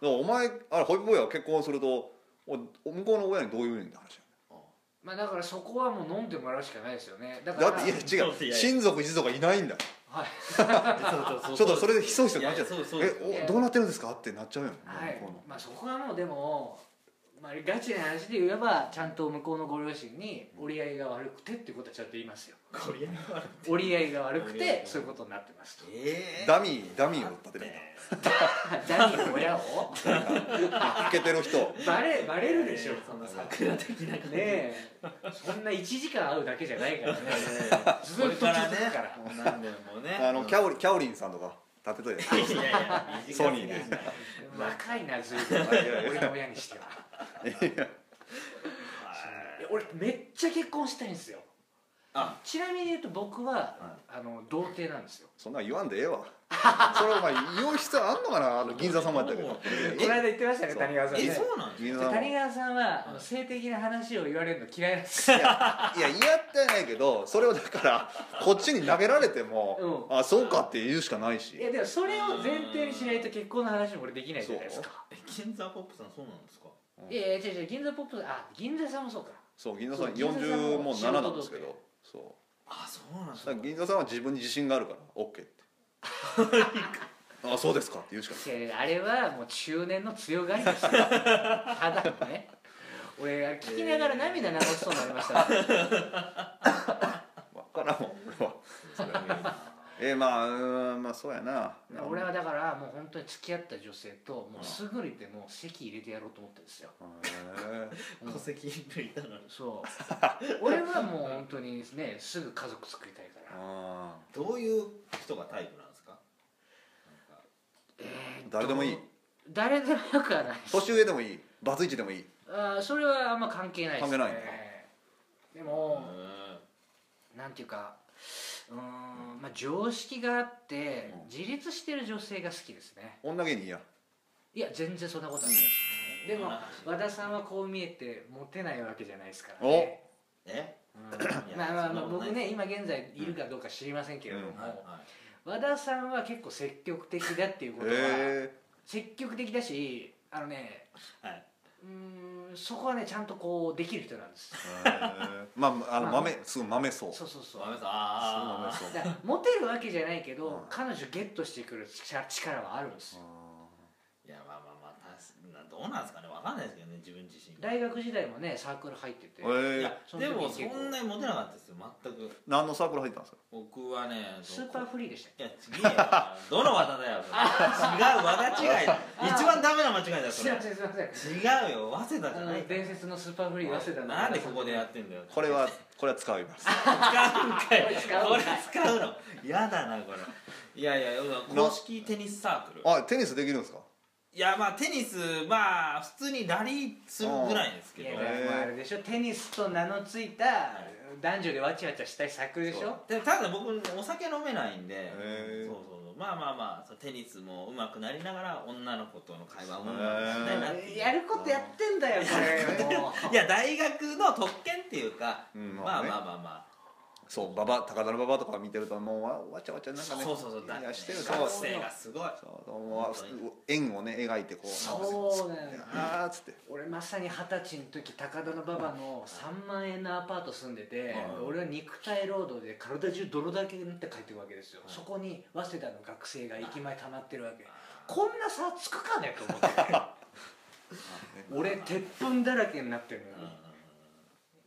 A: だからお前あれホイップボーイは結婚するとお向こうの親にどういうねんって話
C: まあだからそこはもう飲んでもらうしかないですよねだか
A: や
C: ら
A: だっていや違
B: そうそういうや
A: 親族一族がいないんだ
C: はい
B: ち
A: ちょっとそれでひそひそになっちゃう
B: そうそうそう
A: えおどうなってるんですかってなっちゃうよね
C: はい
A: 向こうの
C: まあ、そこはもうでも、まあ、ガチな話で言えばちゃんと向こうのご両親に折り合いが悪くてっていうことはちゃんと言いますよ
B: これやばい
C: 折り合いが悪く
B: 折り合い
C: て
B: が
C: そういうことになってますと
B: え
A: ダミーダミーを立てるんだ
C: 何を親を
A: いけてる人
C: バレバレるでしょ
B: そん
C: ね
B: な桜的な感じ
C: えそんな1時間会うだけじゃないからねずっ
B: ことれか
C: 続くからら
B: ねもう何年もね
A: あのキャオ
B: リ
A: リキャオリンさんとか立てといて
B: いやいや短すぎ
A: ソニーで
C: 若いなずいぶん
A: いやいや
C: 俺の親にしては
B: はい
C: いや俺めっちゃ結婚したいんですよ
B: あ
C: ちなみに言うと僕は
A: は
C: あの童貞なんですよ
A: そんなん言わんでええわ それお前言う必要あんのかなあの銀座さんもやったけど
C: この間
A: え
C: 言ってましたね
A: そう
C: 谷川さんね
B: えそうなんです
A: 銀
B: か
A: 座さ
C: で
A: んも
C: 谷川さんはあの性的な話を言われるの嫌いなんですよ
A: いや嫌ってはないけどそれをだからこっちに投げられても、あそうかって言うしかないし
C: いやでもそれを前提にしないと結婚の話も俺できないじゃないですか
B: え銀座ポップさんそうなんですか
A: そう
C: いやいや違う違う銀座ポップあ銀座さんもそうか
A: そう銀座さん
C: そう銀座さんも
A: 40も7なんですけ
C: 仕事
A: どそ
B: あそうなんで
A: う
B: す
A: だ
B: か
A: から銀座さんは自分に自信があるから OK ってあそうですかって言うしかない
C: いやいやあれはもう中年の強がり ですよただのね俺が聞きながら涙流しそうになりま した、
A: 分からんわ俺は
B: それはいいな
A: えー、まあうーんまあそうやな
C: 俺はだからもう本当に付き合った女性ともうすぐにでも席入れてやろうと思ってるんですよ、
A: へ
C: うん
B: 戸籍抜いたのに
C: そう俺はもう本当にねすぐ家族作りたい
A: ー
C: から
A: あ
B: どういう人がタイプなんですかなんか
C: えーっと
A: 誰でもいい
C: 誰でもよくはない
A: ー年上でもいいバツイチでもいい
C: あーそれはあんま関係ないですね
A: 関係ない
C: で
B: う
C: も、
B: ん
C: なんていうかうーんまあ常識があって
A: うん
C: 自立してる女性が好きですね
A: 女芸人や
C: いや全然そんなことないです、でも和田さんはこう見えてモテないわけじゃないですからね
B: え
C: うん
B: いや
C: まあまあまあ
B: そんなこと
C: 僕
B: ない
C: ね今現在いるかどうか知りませんけれども、
A: うん
B: はいはい
C: 和田さんは結構積極的だっていうことは、
A: へ
C: 積極的だしあのね
B: はい、
C: うーんそこはねちゃんとこうできる人なんです
A: えーまああの
C: まあ
A: 豆すぐ豆そう
C: そうそうそう
B: 豆さんあー
A: すぐ豆
C: だ
A: そう
C: からモテるわけじゃないけど、
A: うん
C: 彼女ゲットしてくる力力はあるんですよ
B: いやまあまあまあたすなどうなんですかねわかんないですけどね自分自身が
C: 大学時代もねサークル入ってて、
A: へーえ
B: いや
C: その時
B: でも
C: 結
B: そ
C: 構
B: んなにモテなかったですよ全く
A: 何のサークル入ったんですか
B: 僕はね
C: スーパーフリーでした
B: い
C: っ
B: や次やどの技だよそれ違う技違いだ一番ダメな間違いだよ
C: け
B: そ
C: すい
B: れ
C: ませんすいません
B: 違うよ早稲田じゃ
C: あ
B: ない
C: の伝説のスーパーフリー早稲田の
B: なんでここでやってんだよ
A: これはこれは使います
B: 使うんかい
C: これ使うん
B: これ
C: かい
B: 使うの嫌だなこれいやいや公式テニスサークル
A: あテニスできるんですか
B: いやまあテニスまあ普通にラリーするぐらいですけ
C: い
B: ど
C: やいや
A: ね
C: まああれでしょテニスと名の付いた男女でわちゃわちゃしたいサークルでしょ
B: でただ僕お酒飲めないんで
A: へー
B: そうそうそうまあまあまあそうテニスも上手くなりながら女の子との会話も
A: へ
B: し
A: ー
B: たいなっていう
C: やることやってんだよこ れもう
B: いや大学の特権っていうか、
A: うん
B: ま
A: ま
B: あ
A: あね
B: まあまあま
A: そう馬場高田の馬場とか見てるともうわわちゃわちゃ
B: あ
A: なん
B: そ
A: か
B: う
A: ね
B: そうそうだ
A: いやしてるそう
B: 学
A: そう
B: 生がすごい
A: そうもう円をね描いてこう
C: そうだよね
A: あーっつって
C: 俺まさに二十歳の時高田の馬場の3万円のアパート住んでて、
B: うん
C: 俺は肉体労働で体中泥だらけになって帰ってくわけですよ、
B: うん
C: そこに早稲田の学生が駅前溜まってるわけこんな差つくかねと思って 俺鉄粉だらけになってるの
B: う
C: よ、
B: んうんうん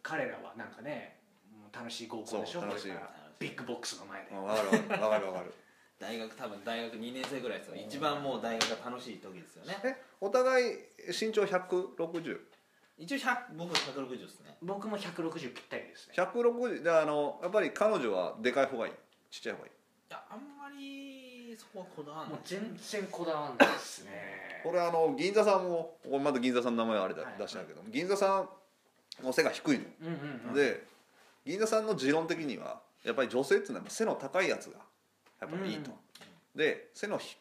C: 彼らはなんかねもう楽しい合コンでしょ
A: そう楽しい
C: これからビッグボックスの前で、
A: うんわかるわかるわかるわかる
B: 大学多分大学2年生ぐらいですよ一番もう大学が楽しい時ですよね
A: えお互い身長160160
B: 一応100僕160ですね
C: 僕も160ぴったりですね
A: であのやっぱり彼女はでかい方がいいちっちゃい方がいい
B: いやあんまりそこはこだわん
C: も
B: ない
C: う全然こだわんないですね
A: これあの銀座さんもこれまだ銀座さんの名前はあれだ、
C: はい
A: 出したけど銀座さんの背が低いの、
C: うんうんうん
A: で銀座さんの持論的にはやっぱり女性っていうのは背の高いやつがやっぱりいいと、で背のひ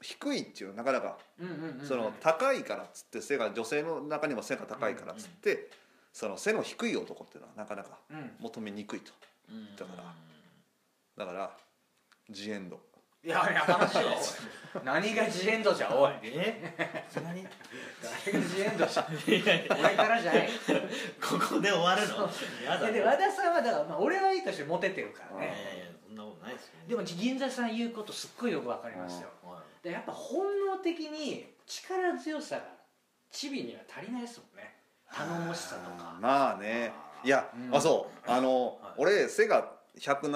A: 低いっていうのはなかなか
C: うんうんうんうん
A: その高いからっつって背が女性の中にも背が高いからっつって、その背の低い男っていうのはなかなか
C: うん
A: 求めにくいと
B: うん
A: だからだからジエンド
C: いややかましいよおい何がジエンドじゃおい
B: えいきなり
C: 誰がジエンドじゃ俺からじゃない
B: ここで終わるのやだ
C: で和田さんはだから、まあ、俺はいいとしてモテてるから
B: いや
C: ね
B: いやいやそんなことないですよね
C: でも銀座さん言うことすっごいよくわかりますよ
B: は
C: でやっぱ本能的に力強さがチビには足りないですもんね頼もしさと
A: あー
C: か
A: まあねいや、
C: うん
A: あそうあの、
B: はい
A: 俺背が178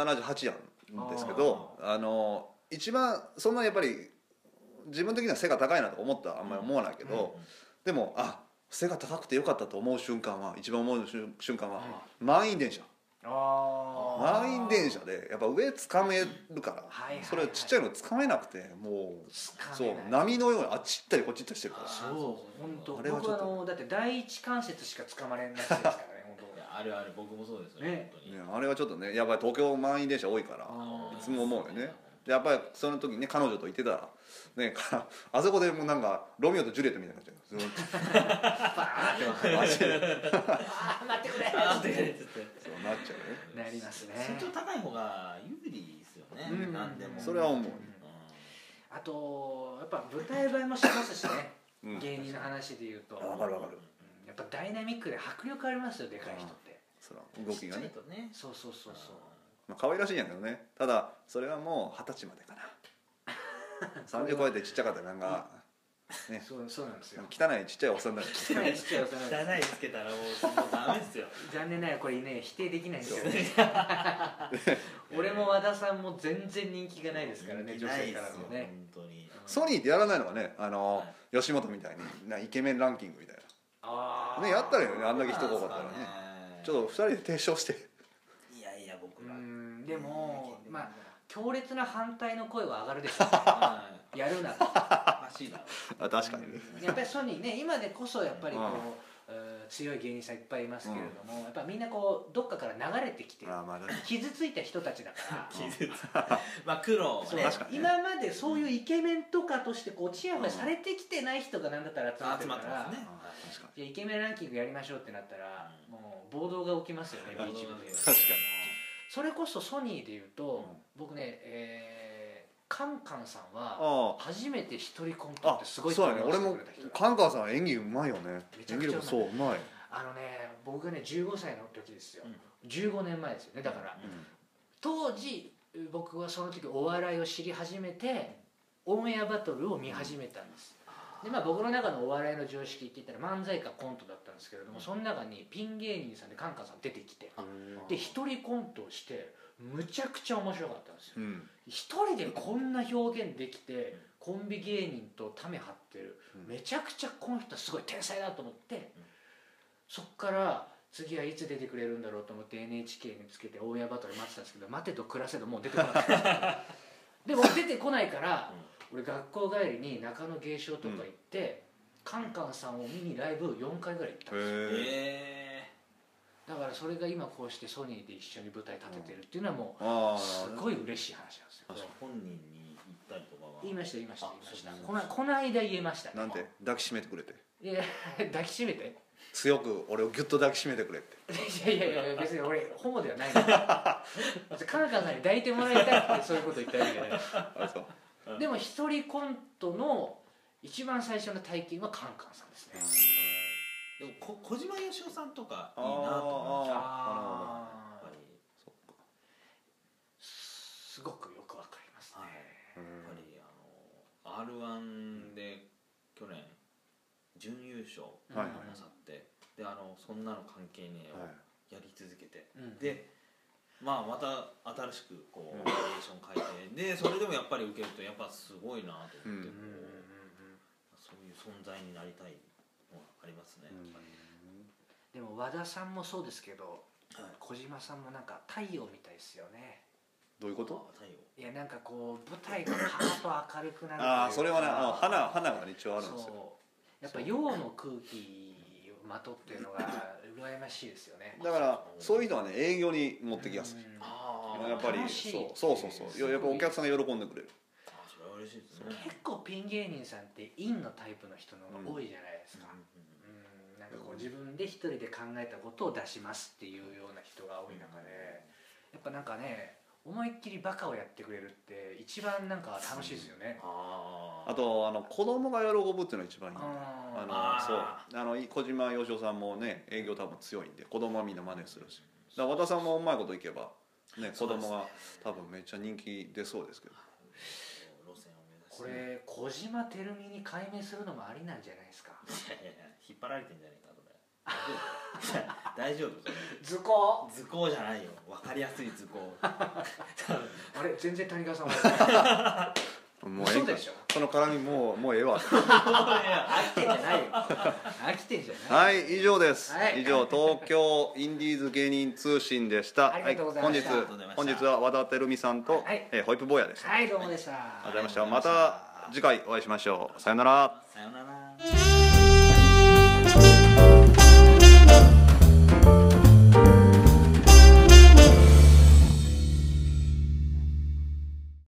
A: なんですけどあの一番そんなやっぱり自分的には背が高いなとか思ったらあんまり思わないけど、
B: い
A: でもあ背が高くてよかったと思う瞬間は一番思う瞬瞬間は、満員電車
C: あ
A: 満員電車でやっぱ上つかめるから、
C: はいはいはい
A: それちっちゃいのつかめなくてもう
C: つか
A: そ
C: め
A: う
C: ない
A: 波のようにあっち行ったりこっち行ったりしてるか
B: あ
A: ら
B: ー
C: そう本当
A: あれはち
C: 僕
A: ょ
C: あ
A: っと
C: のだって第一関節しかつかまれないですからね本
B: いやあるある僕もそうですよ、
C: ね
B: 本当に、
A: ねあれはちょっとねやっぱり東京満員電車多いから
C: あー
A: いつも思うよねでやっぱりその時にね彼女といてたらね かあそこでもうなんかロミオとジュリエットみたいになっちゃう
C: バーンって
A: マジで
C: あー待ってく れ
B: あーって言って
A: そうなっちゃうよね
C: なりますね
B: 身長高い方が有利ですよね、
C: うん
B: 何でも
A: それは思う
C: あとやっぱ舞台映えもしますしね、
A: うん
C: 芸人の話で言うと
A: あわかるわかる
C: うんやっぱダイナミックで迫力ありますよでかい人って
A: その動きがね
B: ちっちゃいとね
C: そうそうそうそう
A: まあ可愛らしいんやけどねただそれはもう二十歳までか な30超えてちっちゃかったらなんかね
C: そうそうなんですよ
A: 汚いちっちゃいおっさんだか
C: ちっちゃいちっちゃいお皿
B: 汚いつけたらもうもうダメですよ
C: 残念ながらこれね否定できないんですよね 俺も和田さんも全然人気がないですからね
B: 人気
C: 女
B: ないで
C: 性か
B: すよ
C: らのね
B: 本当に
A: ソニーってやらないのがねあの、
B: は
A: 吉本みたいになイケメンランキングみたい
C: あ
A: な
C: ー
A: ねやったらいいよねあんだけ人が多かったらねちょっと二人で提唱して
B: といやいや僕
C: う
B: ら
C: んでもまあ強烈な反対の声は上がるでし ょうね
B: あ
C: やるなと
B: おかしいだろ
A: あ確かにね
C: やっぱりソニーね今でこそやっぱりこう
A: うん、
C: えー強い芸人さんいっぱいいますけれども、やっぱみんなこうどっかから流れてきてる
A: あーまあだ
C: 傷ついた人たちだから
B: 気絶 まあ苦労は
C: そう
B: ね
A: 確かにね
C: 今までそういうイケメンとかとしてこうチヤホヤされてきてない人が何だったら集まっ
B: 集
C: てるか
B: まってま
C: ら、
B: すね
A: あー確かに
C: いやイケメンランキングやりましょうってなったら、
B: う
C: もう暴動が起きますよね
B: はい
C: B チームで
A: 確かに
C: それこそソニーでいうと、僕ね、えーカンカンさんは
A: あ
C: 初めて一人コント
A: あ
C: ってすごい
A: そうやね
C: 思
A: 俺
C: わ
A: も
C: せてくれた人だ
A: カンカンさん演技うまいよね
C: めちゃ
A: 演
C: く
A: 技
C: ちゃうまい
A: 力そううまい
C: あのね僕がね15歳の時ですよ、
B: うん
C: 15年前ですよねだから当時僕はその時お笑いを知り始めてオンエアバトルを見始めたんです、でまあ僕の中のお笑いの常識って言ったら漫才かコントだったんですけれども、その中にピン芸人さんでカンカンさん出てきてで一人コントをしてむちゃくちゃ面白かったんですよ
A: うん
C: 一人でこんな表現できてコンビ芸人とため張ってる
A: うん
C: めちゃくちゃこの人すごい天才だと思ってそっから次はいつ出てくれるんだろうと思って NHK につけてオンエアバトル待ってたんですけど待てと暮らせどもう出てこなかったんですよ でも出てこないから俺学校帰りに中野芸商とか行ってカンカンさんを見にライブ4回ぐらい行ったんですよ
A: へえ
B: え
C: だからそれが今こうしてソニーで一緒に舞台立ててるっていうのはもう
A: あ
C: す
A: あ
C: ごい嬉しい話なんですよ
B: ー本人に言ったりとかは
C: 言いました言いました
B: あ
C: 言いました
B: そうそう
C: このこの間言えましたね
A: なんて抱きしめてくれて
C: いや抱きしめて
A: 強く俺をギュッと抱きしめてくれって
C: いやいやいや別に俺ホモではないんだカナカナさんに抱いてもらいたいってそういうこと言ったわけじゃない
A: あそう
C: でも一人コントの一番最初の体験はカンカンさんですね
B: でもこ小島よしおさんとか
A: あ
B: いいなと思いましたやっ
C: あ
B: ぱ
C: ー
B: り
C: すごくよくわかりますね、
B: はいやっぱ
A: う
B: りあの r 1で去年準優勝
C: うん
A: はい
B: なさってであのそんなの関係ねえ
A: んはい
B: をやり続けて
C: うん
B: でまあまた新しくこ
A: うん
B: うバリエーション変えてでそれでもやっぱり受けるとやっぱすごいなと思って
C: う
B: こ
C: んうんうんうん
B: うそういう存在になりたいのはありますねやっぱり
C: でも和田さんもそうですけど
B: はい
C: 小島さんもなんか太陽みたいですよね
A: どういうこと
B: 太陽
C: いやなんかこう舞台がパーッと明るくなるというか
A: ああそれはねあの花花が一応あるんですよ
C: そうやっぱ陽の空気をまとってるのが羨ましいですよね
A: だからそういう人はね営業に持ってきやすい
C: うん
B: あ
A: やっぱり
C: 楽しい
A: そうそうそうそういややっぱお客さんが喜んでくれる
B: あそれは嬉しいですね
C: 結構ピン芸人さんって陰のタイプの人の方が多いじゃないです
B: う
C: か、うんなんかこう自分で一人で考えたことを出しますっていうような人が多い中でやっぱなんかね思いっきりバカをやってくれるって一番なんか楽しいですよね、
B: あ
A: あとあの子供が喜ぶっていうのが一番いい
C: あの
A: あのそう
B: あ
A: あの小島よしおさんもね営業多分強いんで子供はみんな真似するしだから和田さんもうまいこといけばね子供が多分めっちゃ人気出そうですけど
B: 路線を目指して
C: これ小島照美に改名するのもありなんじゃないですか
B: いやいや引っ張られてんじゃねえかそれ大丈夫それ
C: 図工
B: 図工じゃないよ分かりやすい 図工
C: あれ全然谷川さんも
A: もうええ
C: 嘘
A: か
C: でしょ
A: その絡みもうもうええわ
C: 飽きてんじゃないよ飽きてんじゃない
A: はい以上です、
C: はい
A: 以上東京インディーズ芸人通信でした
C: ありがとうございました
A: は
B: ありがとうございまし
A: 本
B: た
A: 日本日は和田照美さんと、
C: はい
A: えーホイップ坊やでした、
C: はいどうもでした
A: ありがとうございましたまた次回お会いしましょうさよなら
B: さよなら